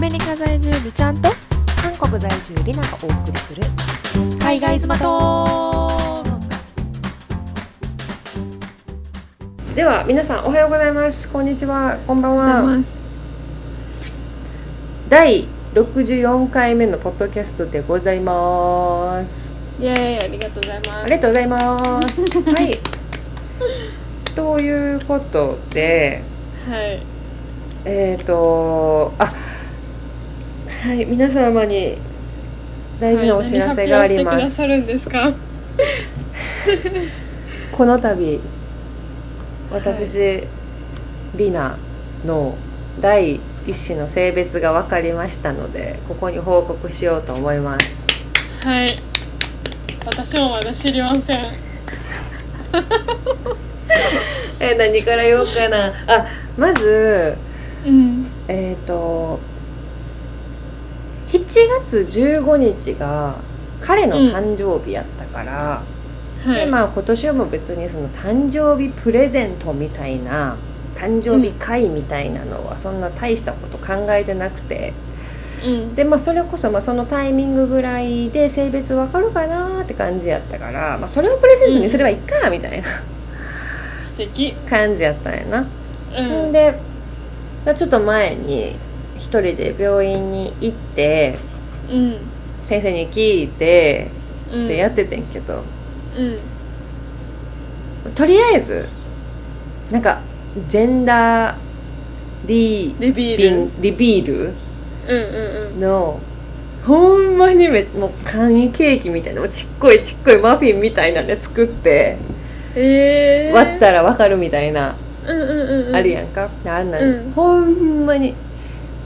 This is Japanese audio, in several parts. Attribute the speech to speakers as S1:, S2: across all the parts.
S1: メリカ在住美ちゃんと
S2: 韓国在住リナがお送りする
S1: 海外妻と
S3: では皆さんおはようございますこんにちはこんばんは第64回目のポッドキャストでございます
S1: イエーイありがとうございま
S3: ありがとうございますはいということです
S1: はい
S3: えっ、とあはい皆様に大事なお知らせがあり
S1: はい何発表して
S3: ま
S1: くだ
S3: す、
S1: さるんですか
S3: この度私、リナの第一子の性別が分かりましたのでここに報告しようと思います
S1: はい私もまだ知りません
S3: え何から言おうかなあまず
S1: うん
S3: えっ、と7月15日が彼の誕生日やったから、
S1: は
S3: で
S1: い、
S3: まあ今年はもう別にその誕生日プレゼントみたいな誕生日会みたいなのはそんな大したこと考えてなくて、
S1: うん
S3: でまあそれこそまあそのタイミングぐらいで性別わかるかなーって感じやったから、まあ、それをプレゼントにすればいいかみたいな
S1: 素敵
S3: 感じやったんやな。
S1: うん
S3: ん、でまあちょっと前に一人で病院に行って
S1: うん
S3: 先生に聞いて
S1: うん
S3: でやっててんけど、
S1: うん
S3: とりあえずなんかジェンダーリ
S1: リビ
S3: ビ
S1: ー
S3: ンリビール
S1: ルうんうんうん
S3: のほんまにめもう簡易ケーキみたいなもうちっこいちっこいマフィンみたいなんで作って
S1: ええー、
S3: 割ったらわかるみたいな、
S1: うんうんうんうん
S3: あるやんかあんなん、
S1: うん
S3: ほんまに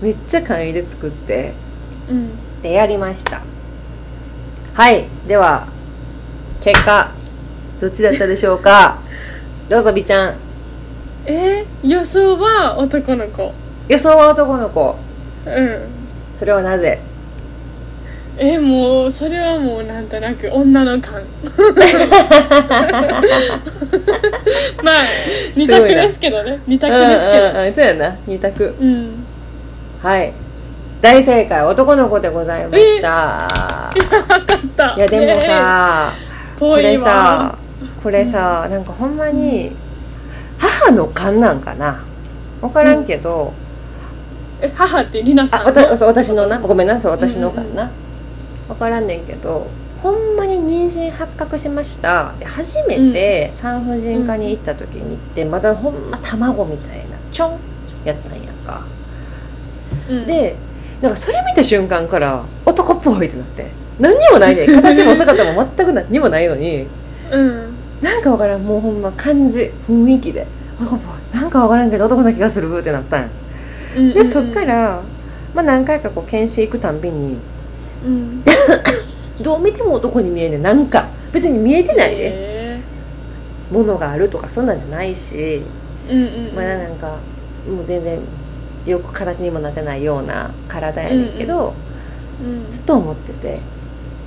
S3: めっちゃ簡易で作って
S1: うん
S3: でやりましたはいでは結果どっちだったでしょう かどうぞ美ちゃん
S1: えー、予想は男の子
S3: 予想は男の子
S1: うん
S3: それはなぜ
S1: えもうそれはもうなんとなく女の 感まあ二択ですけどね二択ですけど
S3: うんうんうんそうやな二択
S1: うん
S3: はい大正解男の子でございました
S1: 分かった
S3: いやでもさこ
S1: ぽ
S3: れ
S1: いわ
S3: さこれさなんかほんまに母の勘なんかな分からんけど、
S1: え母ってりなさ
S3: あ
S1: ん
S3: わた
S1: の
S3: そう私のなごめんなさい私の
S1: うんうんうん
S3: 勘な、分からんねんけどほんまに妊娠発覚しましたで初めて産婦人科に行った時に行ってまだほんま卵みたいなちょんやったんやんか、
S1: うん
S3: でなんかそれ見た瞬間から男っぽいってなって何にもないねん形も姿も全く何にもないのに
S1: うん
S3: なんかわからんもうほんま感じ雰囲気で男っぽいなんかわからんけど男な気がするってなったんや
S1: うん
S3: でそっから、まあ、何回かこう検診行くたんびに
S1: うん
S3: どう見ても男に見えんねんなんか別に見えてないで、
S1: え
S3: ものがあるとかそんなんじゃないし、
S1: ーうんうん
S3: まあなんかもう全然よく形にもなってないような体やねんけど、
S1: うん
S3: ずっと思ってて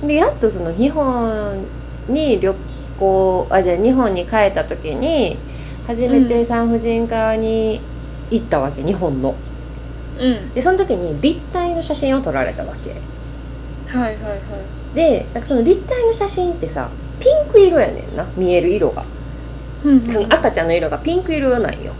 S3: でやっとその日本に旅行あじゃあ日本に帰った時に初め
S1: う
S3: て
S1: ん
S3: 産婦人科に行ったわけ日本の
S1: うん
S3: でその時に立体の写真を撮られたわけ
S1: はいはいはい
S3: でなんかその立体の写真ってさピンク色やねんな見える色が
S1: うんうん
S3: その赤ちゃんの色がピンク色なんよ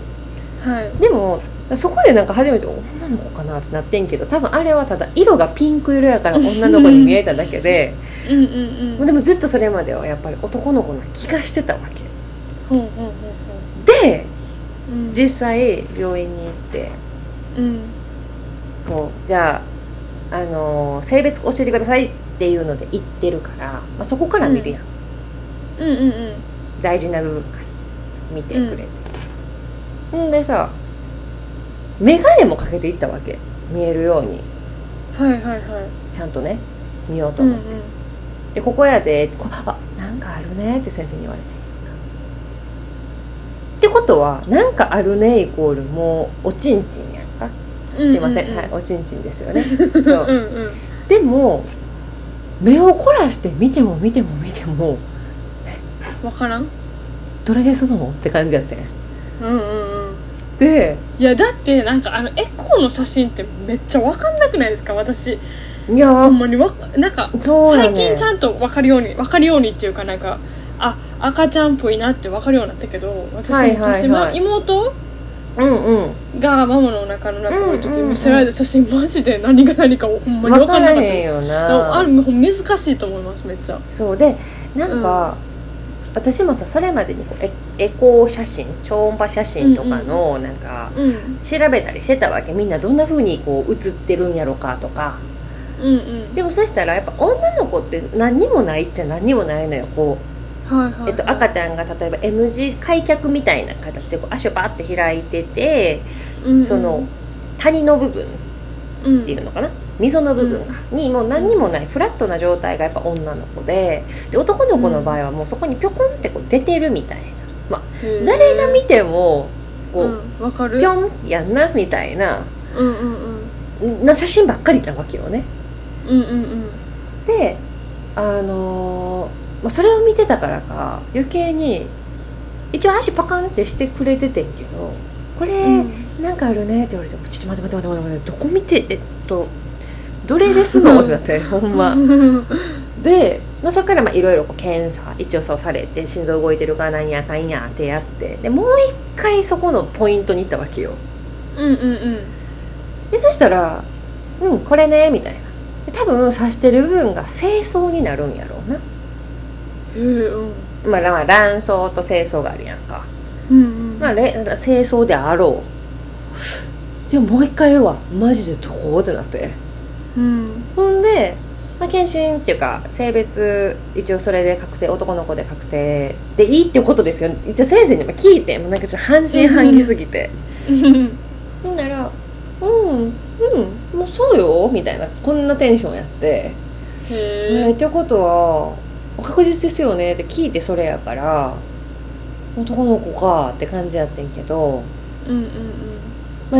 S1: はい
S3: でもそこでなんか初めて女の子かなってなってんけど多分あれはただ色がピンク色やから女の子に見えただけで
S1: うんうんうん
S3: でもずっとそれまではやっぱり男の子な気がしてたわけ
S1: ほうほうほうほ
S3: で
S1: ううん
S3: 実際病院に行って
S1: うん
S3: こうじゃあ、あのー性別教えてくださいっていうので行ってるから、まあ、そこから見るやん、
S1: うんうんうん
S3: 大事な部分から見てくれて、ん、でさ眼鏡もかけていったわけ見えるように
S1: はいはいはい
S3: ちゃんとね見ようと
S1: うんう
S3: 思っ
S1: ん
S3: て、でここやでこあなんかあるねって先生に言われてってことはなんかあるねイコールもうおちんちんやんかすいません、
S1: ううう
S3: はい、おちんちんです よねそううん
S1: うん
S3: でも目を凝らして見ても見ても見ても
S1: わからん
S3: どれですのって感じやってん
S1: うんうんうん
S3: で
S1: いやだってなんかあのエコーの写真ってめっちゃわかんななくないですか私
S3: いや
S1: ほ
S3: ー
S1: んまにわなんか
S3: そうだね
S1: 最近ちゃんと分かるように分かるようにっていうかなんかあ赤ちゃんっぽいなって分かるようになったけど私,、
S3: はいはいはい
S1: 私ま妹
S3: うんうん
S1: がママのお腹の中にいる時
S3: うんうんうん
S1: 見せられた写真マジで何が何かほんまに
S3: 分
S1: 分か
S3: か
S1: な
S3: らら
S1: かった
S3: へん
S1: です
S3: よ
S1: でも
S3: な
S1: あれほんま難しいと思いますめっちゃ
S3: そうでなんか、私もさそれまでにこうエエコー写真超音波写真とかのなんか
S1: うん
S3: 調べたりしてたわけみんなどんな風にこう写ってるんやろかとか
S1: うんうん
S3: でもそしたらやっぱ女の子って何にもないっちゃ何にもないのよこ
S1: はいは
S3: う、
S1: い
S3: えっと、赤ちゃんが例えば M 字開脚みたいな形でこう足をバッて開いてて、
S1: うんうん
S3: その谷の部分
S1: うん
S3: っていうのかな溝の部分かにもう何にもないフラットな状態がやっぱ女の子でで男の子の場合はもうそこにぴょこんってこう出てるみたい
S1: へー
S3: な誰が見ても
S1: う
S3: こうん
S1: わかる
S3: ぴょんやんなみたいな
S1: うんうんうん
S3: な写真ばっかりなわけよね。
S1: うんうんうん
S3: であのーまあそれを見てたからか余計に一応足パカンってしてくれててんけどこれ。なんかあるねって言われて「ちょっと待って待って待って待ってどこ見てえっとどれですの?」ってなってほんま
S1: うん
S3: で、まあ、そこからまあいろいろこう検査一応そうされて心臓動いてるかなんやかんやってやってでもう一回そこのポイントに行ったわけよ
S1: うんうん
S3: でそしたら「うんこれね」みたいなで多分刺してる部分が精巣になるんやろうな、
S1: うんへえうん
S3: まあ、らまあ卵巣と精巣があるやんか、
S1: うんうん
S3: まあ、れ精巣であろうでももう一回はマジでどこってなって
S1: うん
S3: ほんで、まあ、検診っていうか性別一応それで確定男の子で確定でいいっていうことですよね一応先生にも聞いてもうなんかちょっと半信半疑すぎて、ほんなら「うんうんもうそうよ」みたいなこんなテンションやって
S1: へ
S3: 「え
S1: え
S3: ー、っていうことは確実ですよね」って聞いてそれやから男の子かって感じやってんけど
S1: うんうん
S3: ま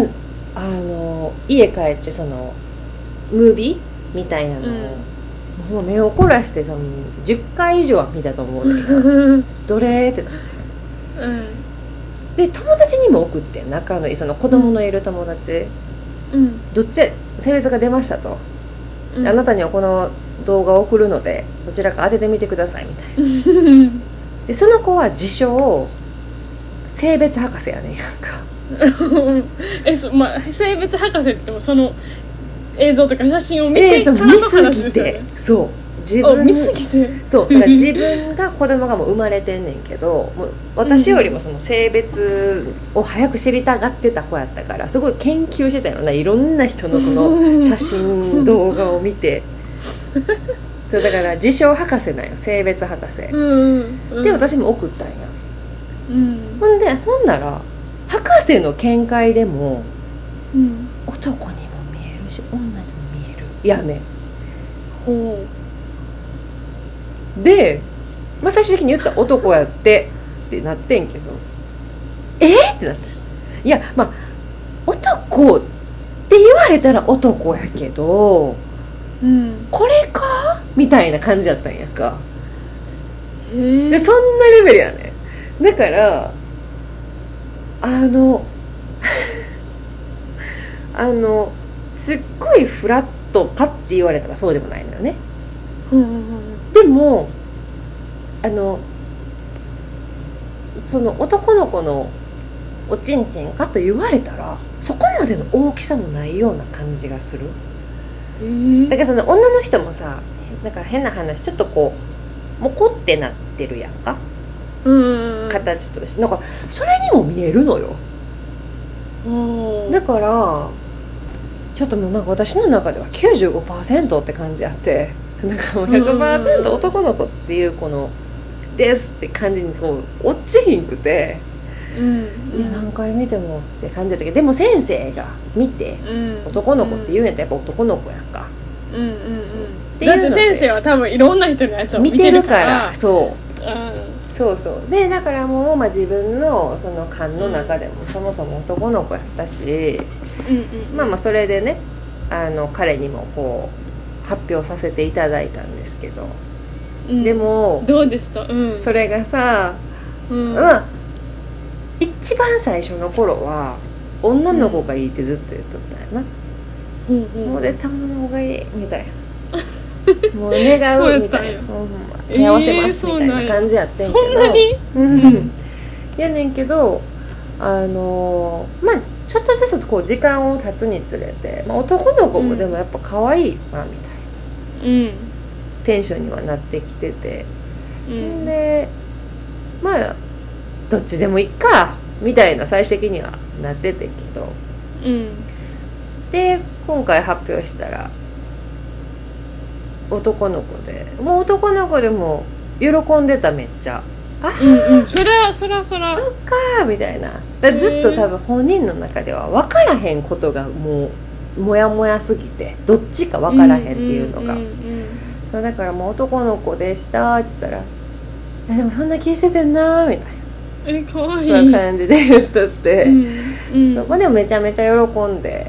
S3: あ、あの家帰ってそのムービーみたいなのを、もう目を凝らしてその10回以上は見たと思うねんけ
S1: う
S3: ど
S1: ん
S3: どれって
S1: うん
S3: で友達にも送ってん仲のいいその子供のいる友達、
S1: うん
S3: どっち性別が出ましたと、
S1: うん
S3: あなたにはこの動画を送るのでどちらか当ててみてくださいみたいな
S1: うん
S3: でその子は自称性別博士やねんやんか
S1: えそまあ生物博士って言ってもその映像とか写真を見
S3: え
S1: て
S3: えそ
S1: から
S3: う見
S1: の
S3: す
S1: 話で
S3: ぎ
S1: すよ
S3: て
S1: ね
S3: そう自
S1: あ
S3: 分
S1: 見すぎて
S3: そうだから自分が子供がもう生まれてんねんけどもう私よりもその性別を早く知りたがってた子やったからすごい研究してたよないろんな人のそ の写真動画を見てそうだから自称博士なんよ性別博士
S1: うんうん
S3: で私も送ったんや
S1: うん
S3: ほんでほんなら博士の見解でも
S1: うん
S3: 男にも見えるし女にも見えるいやね
S1: ほ
S3: で、まあ、最終的に言ったら男やってってなってんけどえっ、ってなっていやまあ男って言われたら男やけど
S1: ううん
S3: これかみたいな感じやったんやんか
S1: へ
S3: で
S1: え
S3: そんなレベルやねんだからあの あのすっごいフラットかって言われたらそうでもないのよね
S1: うんうん
S3: でもあのその男の子のおちんちんかと言われたらそこまでの大きさもないような感じがする
S1: うん
S3: だ
S1: へ
S3: からその女の人もさなんか変な話ちょっとこうモコってなってるやんか
S1: うんうんうん
S3: 形としてなんかそれにも見えるのよ
S1: ほう
S3: だからちょっともうなんか私の中では95%って感じあってなんかもう100%男の子っていうこの「です」って感じにこう落ちひんくて、
S1: うん
S3: いや何回見てもって感じだったけどでも先生が見て
S1: うん
S3: 男の子って言うんやったらやっぱ男の子やんか、
S1: うんうんうん
S3: そうっていう
S1: だっ
S3: ので
S1: て先生は多分いろんな人のやつを
S3: 見
S1: 見
S3: て
S1: て
S3: る
S1: るか
S3: か
S1: らら
S3: そう
S1: う
S3: そうそうでだからもう、まあ、自分のその勘の中でもそもそも男の子やったし、
S1: んうんうん
S3: まあまあそれでねあの彼にもこう発表させていただいたんですけど
S1: うん
S3: でも
S1: どうでしたうん
S3: それがさ、
S1: うん
S3: まあ一番最初の頃は女の子がいいってずっと言っとったよな、
S1: うんうん、
S3: もう絶対の方がいい みたいなもう願
S1: そうや
S3: う
S1: っ
S3: み
S1: た
S3: た
S1: ん
S3: い
S1: や
S3: なもうほんま
S1: えー
S3: 目合わせますみたいな感じやってんけど
S1: そんなに
S3: うんやねんけどあのーまあちょっとずつこう時間を経つにつれて、まあ、男の子もでもやっぱ可愛いなみたい
S1: う
S3: な
S1: ん
S3: テンションにはなってきてて、
S1: うん
S3: でまあどっちでもいいかみたいな最終的にはなっててんけど
S1: うん
S3: で今回発表したら男の子でもう男の子でも喜んでためっちゃ。
S1: うんうんそりゃそりゃそりゃ
S3: そっかーみたいなだからずっと多分本人の中では分からへんことがもうモヤモヤすぎてどっちか分からへんっていうのが、
S1: んうん
S3: そうだからもう男の子でしたって言ったら「えでもそんな気しててんな」みた
S1: うんえ可愛い
S3: いな感じで言っとって、
S1: うんうん
S3: そうまあ、でもめちゃめちゃ喜んで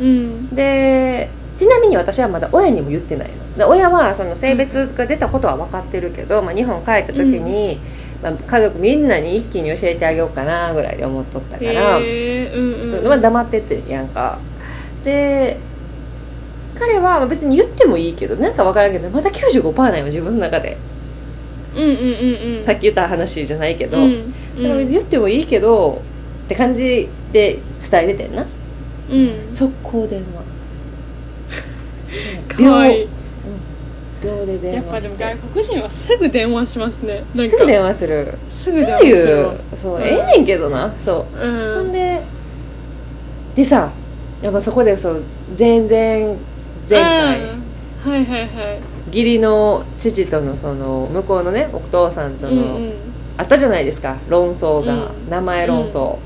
S1: うん
S3: でちなみに私はまだ親にも言ってないので親はその性別が出たことは分かってるけど、まあ、日本帰った時に、まあ、家族みんなに一気に教えてあげようかなぐらいで思っとったから。
S1: へーうんうん
S3: そうまあ、黙ってってやんかで彼はまあ別に言ってもいいけどなんか分からんけどまだ95%なんよ自分の中で
S1: うんうんうんうん
S3: さっき言った話じゃないけど、
S1: うん
S3: でも別に言ってもいいけどって感じで伝えててんな
S1: うんうん
S3: 速攻電 話
S1: 可愛い
S3: 秒で
S1: や
S3: 電
S1: っぱ
S3: 話
S1: でも外国
S3: して
S1: 人はすぐ電話しますねなんか
S3: すぐ電話する
S1: すぐ
S3: すぐ
S1: 電話するわ
S3: 言うそう、ええねんけどなそうほ
S1: うんん
S3: ででさやっぱそこでそう全然前回
S1: あーはいはいはい
S3: 義理の父とのその向こうのねお父さんと
S1: うん
S3: の、
S1: うん
S3: あったじゃないですか論争が、
S1: うん
S3: 名前論争、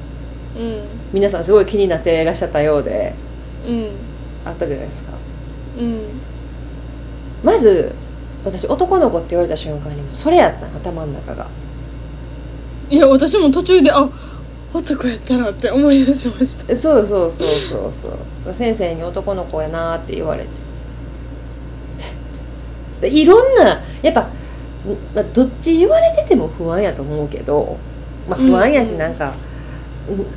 S1: うん
S3: 皆さんすごい気になっていらっしゃったようで
S1: うん
S3: あったじゃないですか
S1: うん
S3: まず私男の子って言われた瞬間にもうそれやったん頭の中が
S1: いや私も途中であ男やったなって思い出しました
S3: えそうそうそうそうそう先生に男の子やなーって言われてで いろんなやっぱ、んまあ、どっち言われてても不安やと思うけど、まあ、不安やし
S1: うん
S3: なんか、うん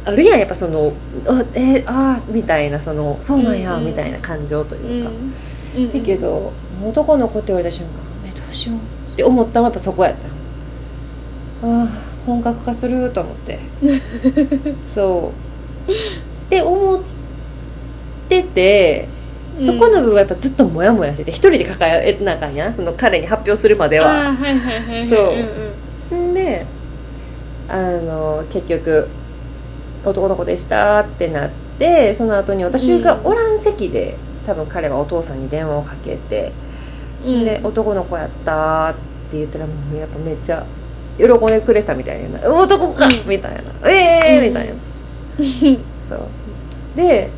S3: あるやんやっぱその「あえーあーみたいなその「そうなんや
S1: う」んうん
S3: みたいな感情と
S1: う
S3: い
S1: ん
S3: うか、
S1: うん
S3: だけどもう男の子って言われた瞬間「えどうしよう」って思ったのはやっぱそこやったああ本格化すると思ってそうって思っててそこの部分はやっぱずっとモヤモヤしてて一人で抱えてなあかんやんその彼に発表するまで
S1: で
S3: は
S1: あーはいはいはいはい
S3: そうんんであの結局男の子でしたってなってその後に私がおらん席で、多分彼はお父さんに電話をかけて
S1: うんうん
S3: で男の子やったって言ったらもうやっぱめっちゃ喜んでくれてたみたいな「男か!」
S1: うん
S3: みたいな「ええ
S1: うん
S3: み たいなそうで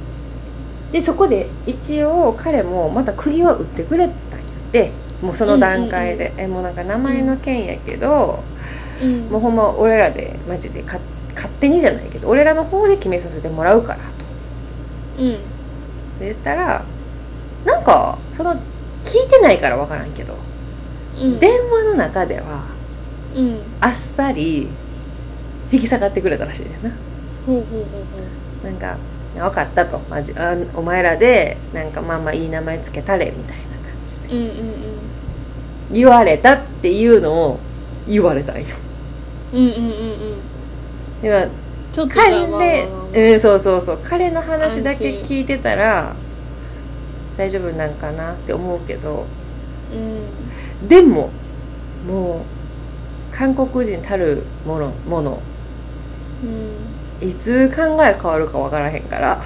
S3: でそこで一応彼もまた釘は打ってくれたんやってもうその段階で、えもうなんか名前の件やけど、
S1: うん
S3: もうほんま俺らでマジでか勝手にじゃないけど俺らの方で決めさせてもらうからと
S1: うん
S3: 言ったらなんかその聞いてないから分からんけど、
S1: うん
S3: 電話の中では
S1: うん
S3: あっさり引き下がってくれたらしいねんな
S1: ほうほうほうほ
S3: なんか「分かった」と「まじあお前らでなんかまあまあいい名前つけたれ」みたいな感じで
S1: ううんうん
S3: 言われたっていうのを言われたんよ
S1: うんうんうんうんうん
S3: 今
S1: ちょっと
S3: 彼
S1: じゃあまあまあまあ
S3: うんそうそうそう彼の話だけ聞いてたら大丈夫なんかなって思うけど
S1: うん
S3: でももう韓国人たるものもの
S1: うん
S3: いつ考え変わるか分からへんから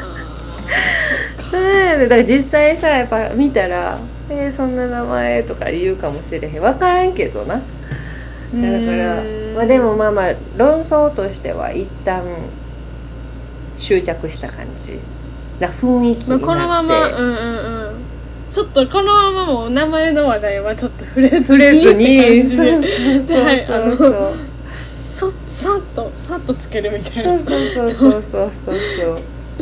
S1: あ
S3: そうやねだから実際さやっぱ見たら「えーそんな名前」とか言うかもしれへん分からんけどなだか
S1: ー
S3: ら
S1: うん
S3: まあ、でもまあまあ論争としては一旦執着した感じな雰囲気に
S1: ま
S3: な
S1: あ、
S3: って、
S1: このままうんうんうんちょっとこのままもう名前の話題はちょっと触れず
S3: 触
S1: に
S3: れずに
S1: って感じで
S3: そうそうそうそうそう
S1: そ さっとさっとつけるみたい
S3: そ
S1: な
S3: うそうそうそうそうそう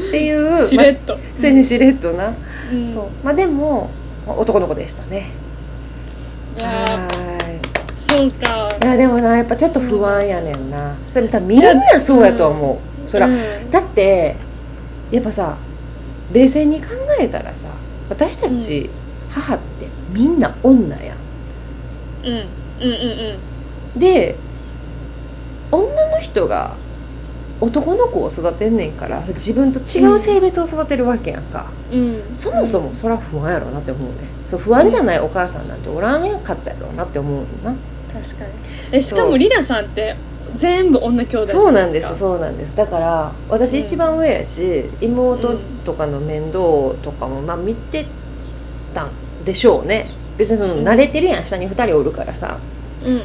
S3: っていう
S1: しれっと、
S3: まあそれにしれっとな、
S1: うん
S3: そうまあでもまあ男の子でしたね
S1: いや
S3: はーい
S1: ーそうか
S3: いやでもなやっぱちょっと不安やねんなそれ多分みんなそうやと思う、そら、
S1: うん
S3: だってやっぱさ冷静に考えたらさ私たち母ってみんな女やん
S1: うんうんうん
S3: で女の人が男の子を育てんねんから自分と違う性別を育てるわけやんか、
S1: うんうん
S3: そもそもそら不安やろうなって思うねそう不安じゃないお母さんなんておらんやかったやろうなって思うな
S1: 確かにえしか
S3: そ
S1: も
S3: う
S1: リナさんって全部女兄弟じゃい
S3: そうなんです
S1: か
S3: そうなんですだから私一番上やし、妹とかの面倒とかもまあ見てたんでしょうね別にその
S1: うん
S3: 慣れてるやん下に2人おるからさ
S1: うんうん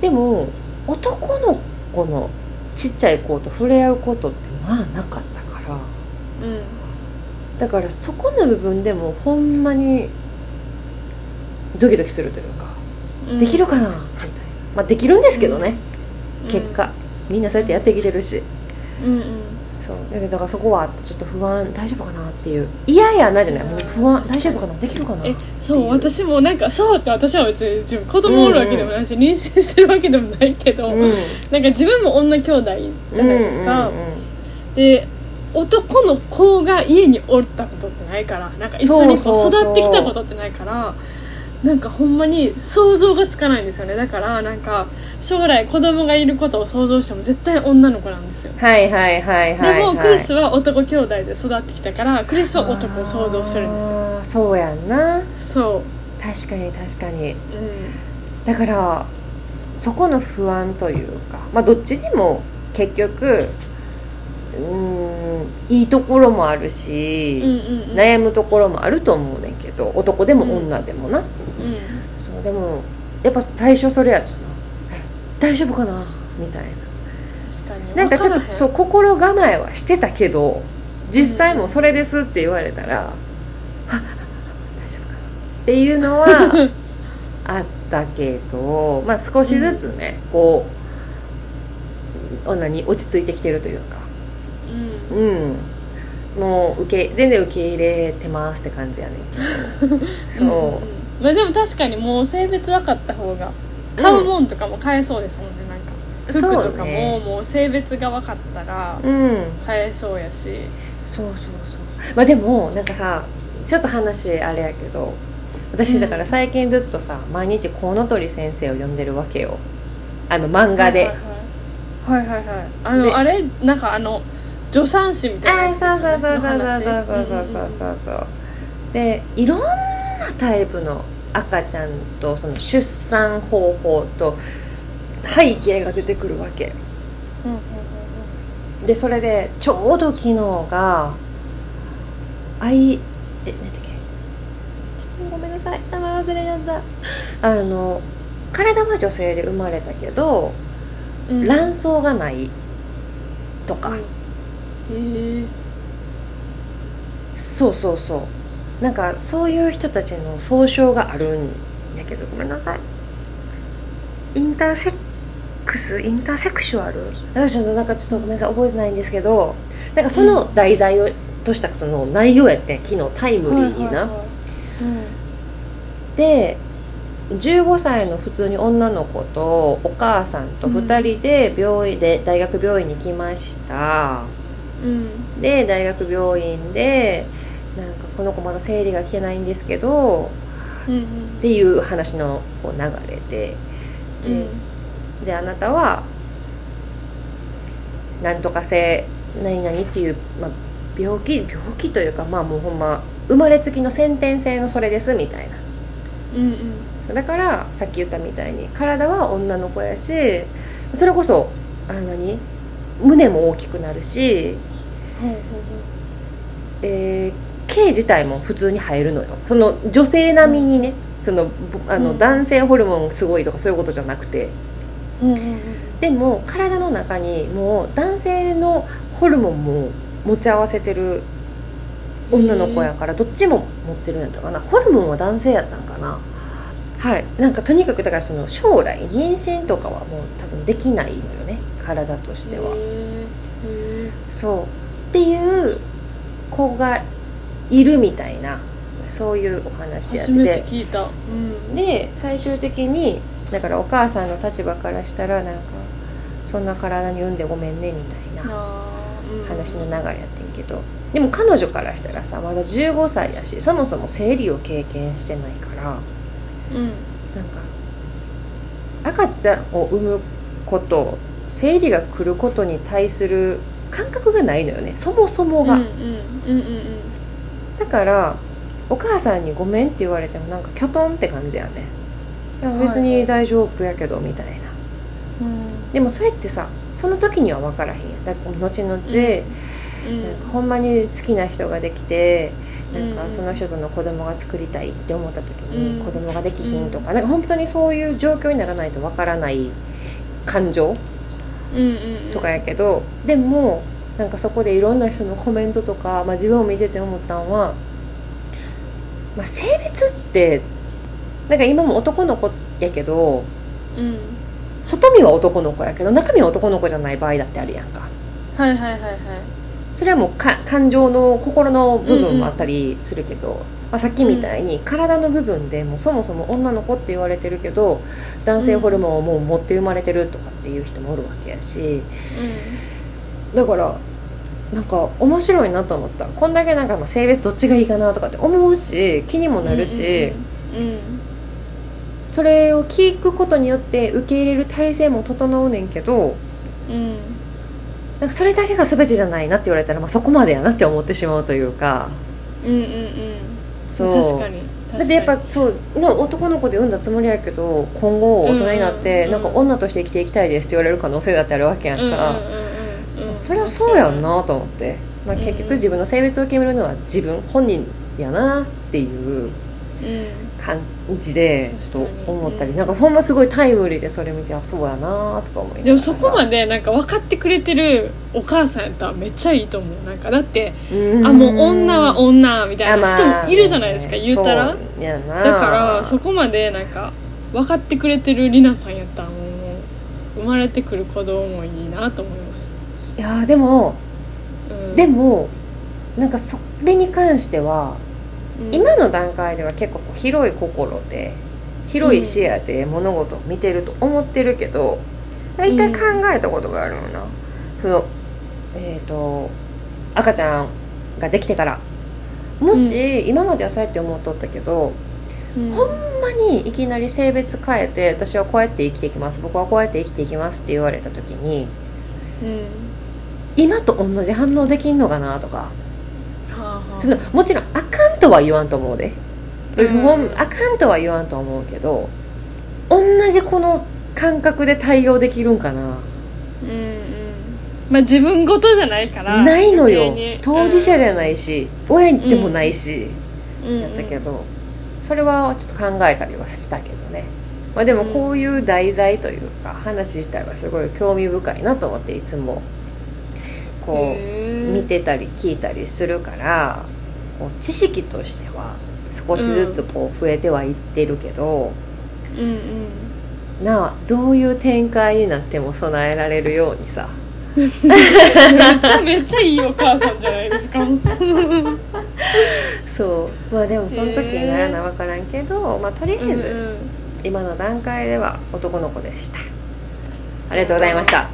S3: でも男の子のちっちゃい子と触れ合うことってまあなかったから
S1: うん
S3: だからそこの部分でもほんまにドキドキするというか、
S1: うん
S3: できるかなみたいな、まあ、できるんですけどね、
S1: うん
S3: 結果みんなそうやってやってきてるし、
S1: うんうん
S3: そうだけどだからそこはちょっと不安大丈夫かなっていう嫌やなじゃないもう不安
S1: うん
S3: 大丈夫かなできるかな
S1: えそ
S3: っていう
S1: 私もなんかそうって私は別に自分子供おるわけでもないし、妊娠してるわけでもないけど、
S3: うん
S1: なんか自分も女兄弟じゃないですか、
S3: うんうんうん
S1: で男の子が家におったことってないからなんか一緒にこ
S3: そううそうそう
S1: 育ってきたことってないからなんかほんまに想像がつかないんですよねだからなんか将来子供がいることを想像しても絶対女の子なんですよ
S3: はいはいはいはい、はい、
S1: でもクリスは男兄弟で育ってきたからクリスは男を想像するんですよ
S3: あーそうやんな
S1: そ
S3: 確かに確かに
S1: ううん
S3: だからそこの不安というかまあどっちにも結局うーんいいところもあるし、
S1: うんうんうん
S3: 悩むところもあると思うねんけど男でも女でもな、
S1: う
S3: そうでもやっぱ最初それやったなえ大丈夫かなみたい
S1: ん確かに
S3: ななんかちょっ
S1: 分らへ
S3: と
S1: ん
S3: そう心構えはしてたけど実際もうそれですって言われたら、あ大丈夫かなっていうのは あったけどまあ少しずつね、こう女に落ち着いてきてるというか
S1: うん
S3: うんもう受け全然受け入れてますって感じやねん けど
S1: う、
S3: そう
S1: んうんまあでも確かにもう性別分かった方が買うもんとかも買えそうですもんねなんか服と
S3: そ
S1: か
S3: う
S1: も、
S3: ね
S1: もう性別が分かったら
S3: うん
S1: 買えそうやし
S3: そうそうそうまあでもなんかさちょっと話あれやけど私だから最近ずっとさ毎日コウノトリ先生を呼んでるわけよあの漫画で、
S1: はいはいはいはいはいはいあの、
S3: ね
S1: あれなんかあの助産師みたいな
S3: あ
S1: や
S3: あ
S1: つですよ
S3: そう
S1: ね
S3: そうそうそう
S1: の話
S3: そうそうそうそうそうでいろんなタイプの赤ちゃんとその出産方法と背景が出てくるわけ
S1: うんうんうん
S3: でそれでちょうど昨日が I え何だっけちょっとごめんなさい名前忘れちゃったあの体は女性で生まれたけど、
S1: うんうん
S3: 卵巣がないとか、
S1: え
S3: そうそうそうなんかそういう人たちの総称があるんやけどごめんなさいインターセックスインターセクシュアル私ちょっとなんかちょっとごめんなさい覚えてないんですけどなんかその題材を、としたその内容やってん昨日タイ
S1: ー
S3: ムリーにな、
S1: はいはいはいうん
S3: で15歳の普通に女の子とお母さんと2人で病院で大学病院に来ました、
S1: うん
S3: で大学病院でなんかこの子まだ生理が来てないんですけど
S1: うんうん
S3: っていう話のこう流れで
S1: うん
S3: であなたはなんとか性何々っていう、まあ、病気病気というかまあもうほんま生まれつきの先天性のそれですみたいな
S1: うん
S3: だからさっき言ったみたいに体は女の子やしそれこそあの何胸も大きくなる
S1: う
S3: し、
S1: ん
S3: えー、毛自体も普通に生えるのよその女性並みにね、そのぼあの
S1: うん
S3: 男性ホルモンすごいとかそういうことじゃなくて
S1: うんうんうん
S3: でも体の中にもう男性のホルモンも持ち合わせてる女の子やからどっちも持ってるんやったかなホルモンは男性やったんかなはいなんかとにかくだからその将来妊娠とかはもう多分できないのよね体としては、
S1: へーへ
S3: そうっていう子がいるみたいなそういうお話
S1: ー
S3: や
S1: 初
S3: って
S1: めて聞いたうん
S3: で最終的にだからお母さんの立場からしたらなんかそんな体に産んでごめんねみたいな
S1: あーうん
S3: 話の流れやってんけどでも彼女からしたらさまだ15歳やしそもそも生理を経験してないからなんか
S1: うん
S3: 赤ちゃんを産むこと生理が来ることに対する感覚がないのよねそもそも
S1: うんう
S3: が、
S1: んうんうん
S3: だからお母さんに「ごめん」って言われてもなんかきょとんって感じやねいや
S1: はい
S3: 別に大丈夫やけどみたいな、
S1: うんうん
S3: でもそれってさその時には分からへんやんだから後々、なんかほんまに好きな人ができてなん
S1: う
S3: か
S1: ん
S3: その人との子供が作りたいって思った時に
S1: うん
S3: 子供ができひんとか,、なんか本当にそういう状況にならないとわからない感情
S1: うんうんうん
S3: とかやけど、でもなんかそこでいろんな人のコメントとか、まあ、自分を見てて思ったんは、まあ、性別ってなんか今も男の子やけど
S1: うん
S3: 外見は男の子やけど中身は男の子じゃない場合だってあるやんか。
S1: はいはいはいはい
S3: それはもうか感情の心の部分もあったりするけど、まあ、さっきみたいに体の部分でもうそもそも女の子って言われてるけど男性ホルモンをもう持って生まれてるとかっていう人もおるわけやしだからなんか面白いなと思ったこんだけなんかまあ性別どっちがいいかなとかって思うし気にも
S1: うん
S3: なるし、
S1: うんうんうん
S3: それを聞くことによって受け入れる体制も整うねんけど
S1: うん
S3: なんかそれだけが全てじゃないなって言われたら、まあ、そこまでやなって思ってしまうというか。
S1: うんうんう
S3: そ
S1: ん
S3: う
S1: 確かに確かに
S3: だってやっぱそうね男の子で産んだつもりやけど今後大人になって、
S1: うん
S3: なんか女として生きていきたいですって言われる可能性だってあるわけやん
S1: うんうん
S3: か、
S1: うんうんうん
S3: それはそうやんなと思って、まあ、
S1: うん
S3: 結局自分の性別を決めるのは自分本人やなってい
S1: う
S3: う
S1: ん
S3: 感じでちょっと思ったり、
S1: うん
S3: なんかほんますごいタイムリーでそれ見てあそうやなとか思いながらさ
S1: でもそこまでなんか分かってくれてるお母さんやったらめっちゃいいと思うなんかだって
S3: うん
S1: あもう女は女みたいな
S3: あ
S1: 人
S3: まあ
S1: もいるじゃないですか言うたら
S3: そうやな
S1: だからそこまでなんか分かってくれてるりなさんやったらもう生まれてくる子供もいいなと思います、
S3: いやーでも
S1: うん
S3: で、もなんかそれに関しては
S1: うん
S3: 今の段階では結構こう広い心で広い視野で物事を見てると思ってるけど一回考えたことがあるよな、そのえっ、と赤ちゃんができてからもし、今まではそうやって思っとったけど
S1: うん
S3: ほほんまにいきなり性別変えて私はこうやって生きていきます僕はこうやって生きていきますって言われた時に
S1: うん
S3: 今と同じ反応できんのかなとか
S1: はあはあ
S3: そのもちろんあかんとは言わんと思うで、
S1: うん
S3: ほんあかんとは言わんとは思うけど同じこの感覚で対応できるんかな
S1: うんうんまあ自分ごとじゃないから
S3: ないのよ
S1: 余計に、
S3: 当事者じゃないいし、親でもない
S1: う
S3: し、
S1: んうん
S3: やったけど、それはちょっと考えたりはしたけどね、まあ、でも
S1: うん
S3: こういう題材というか話自体はすごい興味深いなと思っていつもこう
S1: へえ
S3: 見てたり聞いたりするからこう知識としては少しずつこう増えてはいってるけど、
S1: うんうん
S3: なあどういう展開になっても備えられるようにさ
S1: めっちゃめっちゃいいお母さんじゃないです かうん
S3: そうまあでもその時にならな分からんけど、まあ、とりあえ
S1: う
S3: ず
S1: ん
S3: 今の段階では男の子でしたありがとうございました
S1: あ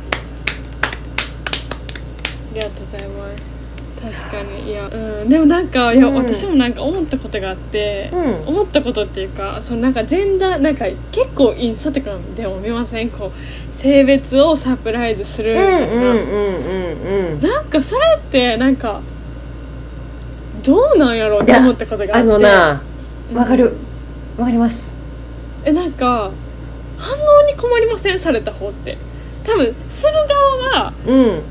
S1: りがとうございます確かにいや、うん、でもなんかいや、
S3: うん
S1: 私もなんか思ったことがあって、
S3: うん
S1: 思ったことっていうかそのなんかジェンダーなんか結構インスタとかでも見ませんこう性別をサプライズする
S3: う
S1: み
S3: んう
S1: たいな、
S3: んうんうんうん
S1: なんかそれってなんかどうなんやろうって思ったことがあ
S3: あ
S1: って
S3: のな
S1: うん
S3: わかるわかります
S1: えなんか反応に困りませんされた方って多分する側が
S3: うん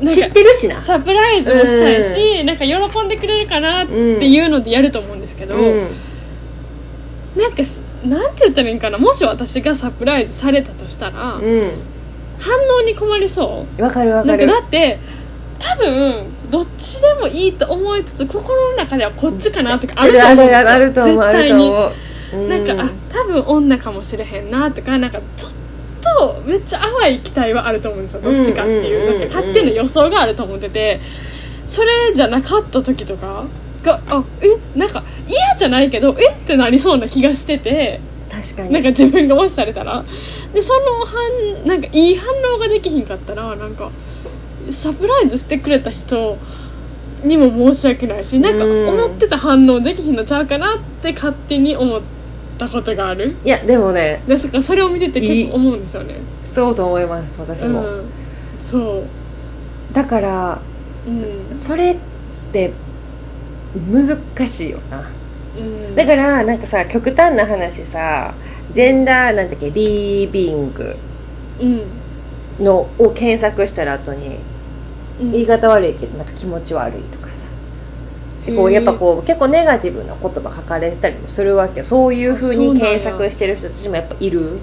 S1: なん
S3: 知っ
S1: か
S3: てるしな
S1: サプライズもしたいし、なんか喜んでくれるかなっていうのでやると思うんですけど、
S3: うん
S1: なんかしなんて言ったらいいんかなもし私がサプライズされたとしたら、
S3: うん
S1: 反応に困りそ
S3: わかるわ
S1: うな
S3: か
S1: んか
S3: る
S1: だって多分どっちでもいいと思いつつ心の中ではこっちかなとかあると思うんですよ
S3: あるあると思うあ
S1: 絶対
S3: ると
S1: に
S3: 思う
S1: なんか、
S3: う
S1: あ多分女かもしれへんなとかなんかちょっとめっちゃ淡い期待はあると思うんですよどっちかっていう,、
S3: うんうんうんう
S1: なん
S3: ん
S1: か勝手な予想があると思っててそれじゃなかった時とかがあえなんか嫌じゃないけどえってなりそうな気がしてて
S3: 確かに
S1: なんか自分がもしされたらでその反なんかいい反応ができひんかったらなんかサプライズしてくれた人にも申し訳ないしなんか
S3: うん
S1: 思ってた反応できひんのちゃうかなって勝手に思ったことがある
S3: いやでもね
S1: ですからそれを見てて結構思うんですよね
S3: そうと思います私も、
S1: うん、そう、
S3: だから
S1: うん
S3: それって難しいよな
S1: うん、
S3: だからなんかさ極端な話さジェンダーなんだっけリービング
S1: うん、
S3: のを検索したら後に
S1: うん、
S3: 言い方悪いけどなんか気持ち悪いとかさでこう
S1: へえ
S3: やっぱこう結構ネガティブな言葉書かれたりもするわけよそういう
S1: あ
S3: 風
S1: そう
S3: に
S1: なんや
S3: 検索してる人たちもやっぱいる
S1: うん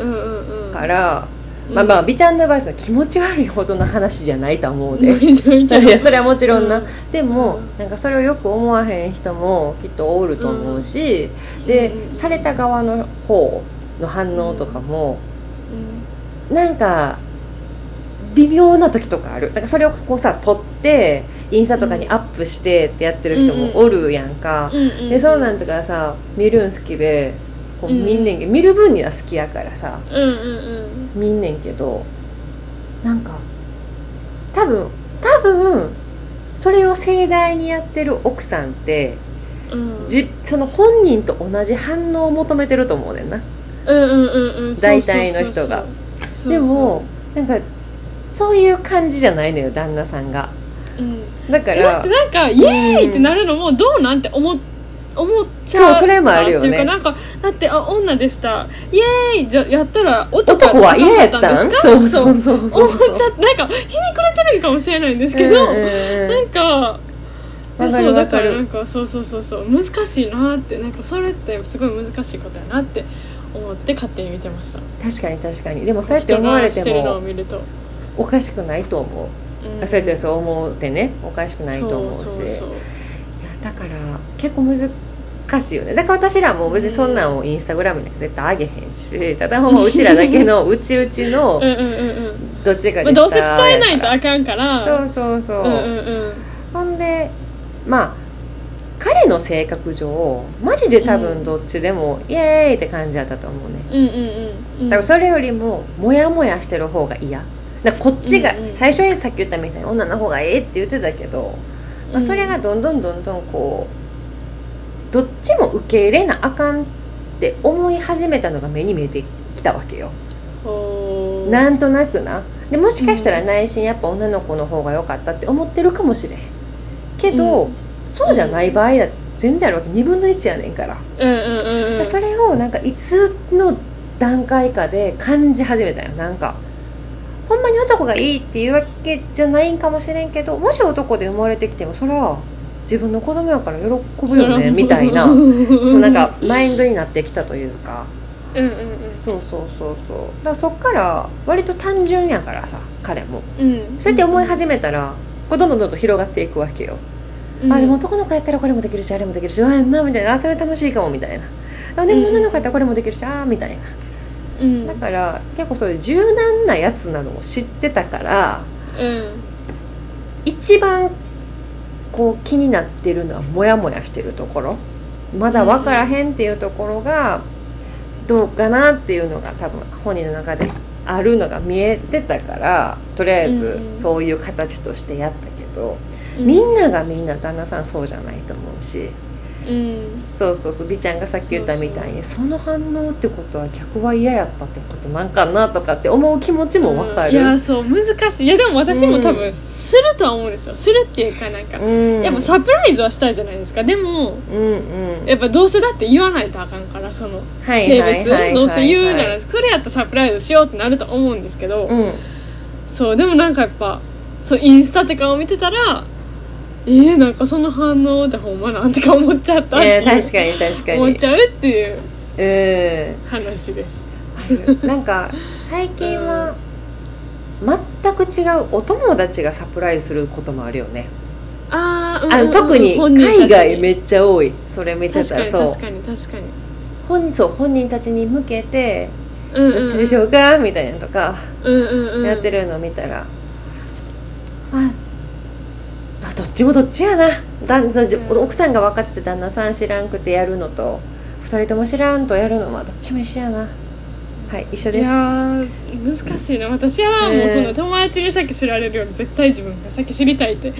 S1: うんうん
S3: から、
S1: うん
S3: まあまあ美ちゃんの場合その気持ち悪いほどの話じゃないとは思うで、
S1: 泣いちゃうみ
S3: い
S1: たい
S3: や
S1: な
S3: それはもちろんな、
S1: うん
S3: でも、
S1: うん
S3: なんかそれをよく思わへん人もきっとおると思うし、で、
S1: うん
S3: された側の方の反応とかも、なんか微妙な時とかあるなんかそれをこうさ撮ってインスタとかにアップしてってやってる人もおるやんか、
S1: うんうんうん
S3: でそうなんとかさ見るん好きでこう
S1: うん
S3: 見んねんけど、見る分には好きやからさ
S1: うんうんうん
S3: 見んねんけどなんか多分多分それを盛大にやってる奥さんって
S1: うん
S3: じその本人と同じ反応を求めてると思うねんな。
S1: うんうんうんうん
S3: 大体の
S1: そうそう
S3: 人が
S1: そうそう
S3: でもなんかそういう感じじゃないのよ旦那さんが。
S1: そうそううん
S3: だか
S1: えだっ
S3: ら
S1: てなんかイエーイってなるのもどうなんて思っ思っちゃう
S3: そうそれもあるよね
S1: っていうかなんかだってあ女でしたイエーイじゃやったら男
S3: 男は嫌やっ
S1: 男
S3: た
S1: だ
S3: ん
S1: んですか
S3: そうそうそうそう
S1: 思っちゃってなんかひねくれてるんかもしれないんですけど、
S3: うんうん
S1: なんか
S3: わか
S1: そう
S3: る
S1: だ
S3: わ
S1: か
S3: から
S1: なん
S3: る
S1: かそうそうそうそう難しいなってなんかそれってすごい難しいことやなって思って勝手に見てました
S3: 確かに確かにでもそうやって思われ
S1: 人
S3: て
S1: がしてるのを
S3: も
S1: 見ると、
S3: おかしくないと思う、
S1: ん
S3: そうやってそう思うってねおかしくないと思う
S1: そ
S3: し
S1: うそうそう
S3: いやだから結構難しいよねだから私らも別にそんなんをインスタグラムには絶対あげへんしただもううちらだけのうちうちの
S1: うんうんうんうん
S3: どっち
S1: ま
S3: か
S1: あ、
S3: で
S1: どうせ伝えないと
S3: あ
S1: あかんから
S3: そうそうそ
S1: う
S3: う、
S1: んうんうん
S3: ほんでまあ彼の性格上マジで多分どっちでも、イエーイって感じだったと思うね
S1: うんうんうんうん
S3: だからそれよりもモヤモヤしてる方が嫌だからこっちが、
S1: うんうん
S3: 最初にさっき言ったみたいに女の方がええって言ってたけど、まあ、それがどんどんどんどんこうどっちも受け入れなあかんって思い始めたのが目に見えてきたわけよ
S1: おー
S3: なんとなくなでもしかしたら内心やっぱ女の子の方が良かったって思ってるかもしれへんけど、
S1: うん
S3: そうじゃない場合だって全然あるわけ2分の1やねんから,、
S1: うんうんうんうん
S3: それをなんかいつの段階かで感じ始めたよなんかほんまに男がいいっていうわけじゃないんかもしれんけどもし男で生まれてきてもそれは自分の子供やから喜ぶよねみたい な
S1: う
S3: そ
S1: んうん
S3: うなんかマインドになってきたというか
S1: うんうん
S3: そうそうそうそうだからそっから割と単純やからさ彼も
S1: うんうん
S3: そうやって思い始めたらこうどんどんどんどん広がっていくわけよ、
S1: うん
S3: あでも男の子やったらこれもできるしあれもできるしうわあんなみたいなあそれ楽しいかもみたいなあでも女の子やったらこれもできるしあーみたいな
S1: うん
S3: だから結構そういう柔軟なやつなのを知ってたから
S1: うん
S3: 一番こう気になってるのはモヤモヤしてるところまだ分からへんっていうところがどうかなっていうのが多分本人の中であるのが見えてたからとりあえ
S1: うんう
S3: ず
S1: ん
S3: そういう形としてやったけど、
S1: うん
S3: みんながみんな旦那さんそうじゃないと思うし
S1: うん
S3: そうそうそう美ちゃんがさっき言ったみたいにその反応ってことは客は嫌やったってことなんかなとかって思う気持ちも分か
S1: い
S3: る。
S1: やそう難しいいやでも私も多分するとは思うんですよするっていうかなんか
S3: うん
S1: いやもうサプライズはしたいじゃないですかでも
S3: うんうん
S1: やっぱどうせだって言わないとあかんからその
S3: はい
S1: 性
S3: はい
S1: 別
S3: はいはい
S1: どうせ言うじゃないですかそれやったらサプライズしようってなると思うんですけど、
S3: うん
S1: そうでもなんかやっぱそうインスタとかを見てたらえー、なんかその反応ってほんまなんてか思っちゃったっ
S3: い
S1: てい
S3: や
S1: う
S3: 確かに確か
S1: 思っち
S3: に
S1: ゃうっていう
S3: う
S1: 話です
S3: んなんか最近は全く違うお友達がサプライズすることもあるよね
S1: あー、うんうん
S3: あ
S1: うん
S3: の特に
S1: 本人たち
S3: 海外めっちゃ多いそれ見て
S1: 確
S3: た
S1: からに
S3: そう
S1: 確かに確かに
S3: 本そう本人たちに向けて
S1: うんうん
S3: どっちでしょうかみたいなのとか
S1: うんうんうん
S3: やってるの見たらああどっちもどっちやな旦そのじ
S1: うん
S3: 奥さんが分かってて旦那さん知らんくてやるのと二人とも知らんとやるのはどっちも一緒やなはい一緒
S1: い
S3: です
S1: やー難しいな私はもうそんな友達に先知られるより絶対自分が先知りたいって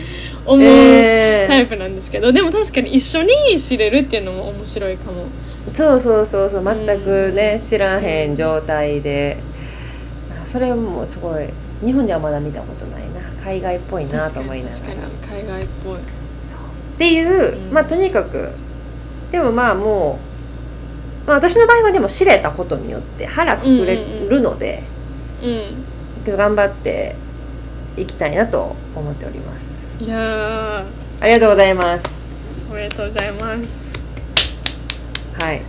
S1: 思う
S3: えー
S1: タイプなんですけど、でも確かに一緒に知れるっていうのも面白いかも
S3: そうそうそうそう全くね知らへん状態であそれもすごい日本ではまだ見たことないな海外っぽいなと思いながら
S1: 確かに確かに海外っぽい
S3: そうっていう、
S1: うん
S3: まあとにかくでもまあもう、まあ、私の場合はでも知れたことによって腹くくれるので、
S1: う
S3: 頑張っていきたいなと思っております
S1: んいやー
S3: ありがとうございます
S1: おめでとうございます
S3: はい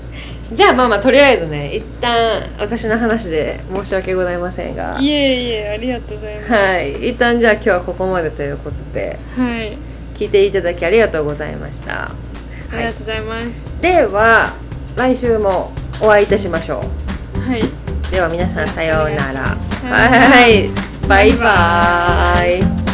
S3: じゃあまあまあとりあえずね一旦私の話で申し訳ございませんが
S1: いえいえありがとうございます
S3: はい、一旦じゃあ今日はここまでということで
S1: はい
S3: 聞いていただきありがとうございました、
S1: あ
S3: は
S1: りが
S3: い
S1: とう、ございます
S3: では来週もお会いいたしましょ
S1: はい、
S3: うでは皆さんさようなら
S1: よろしくお願
S3: はいバイバイ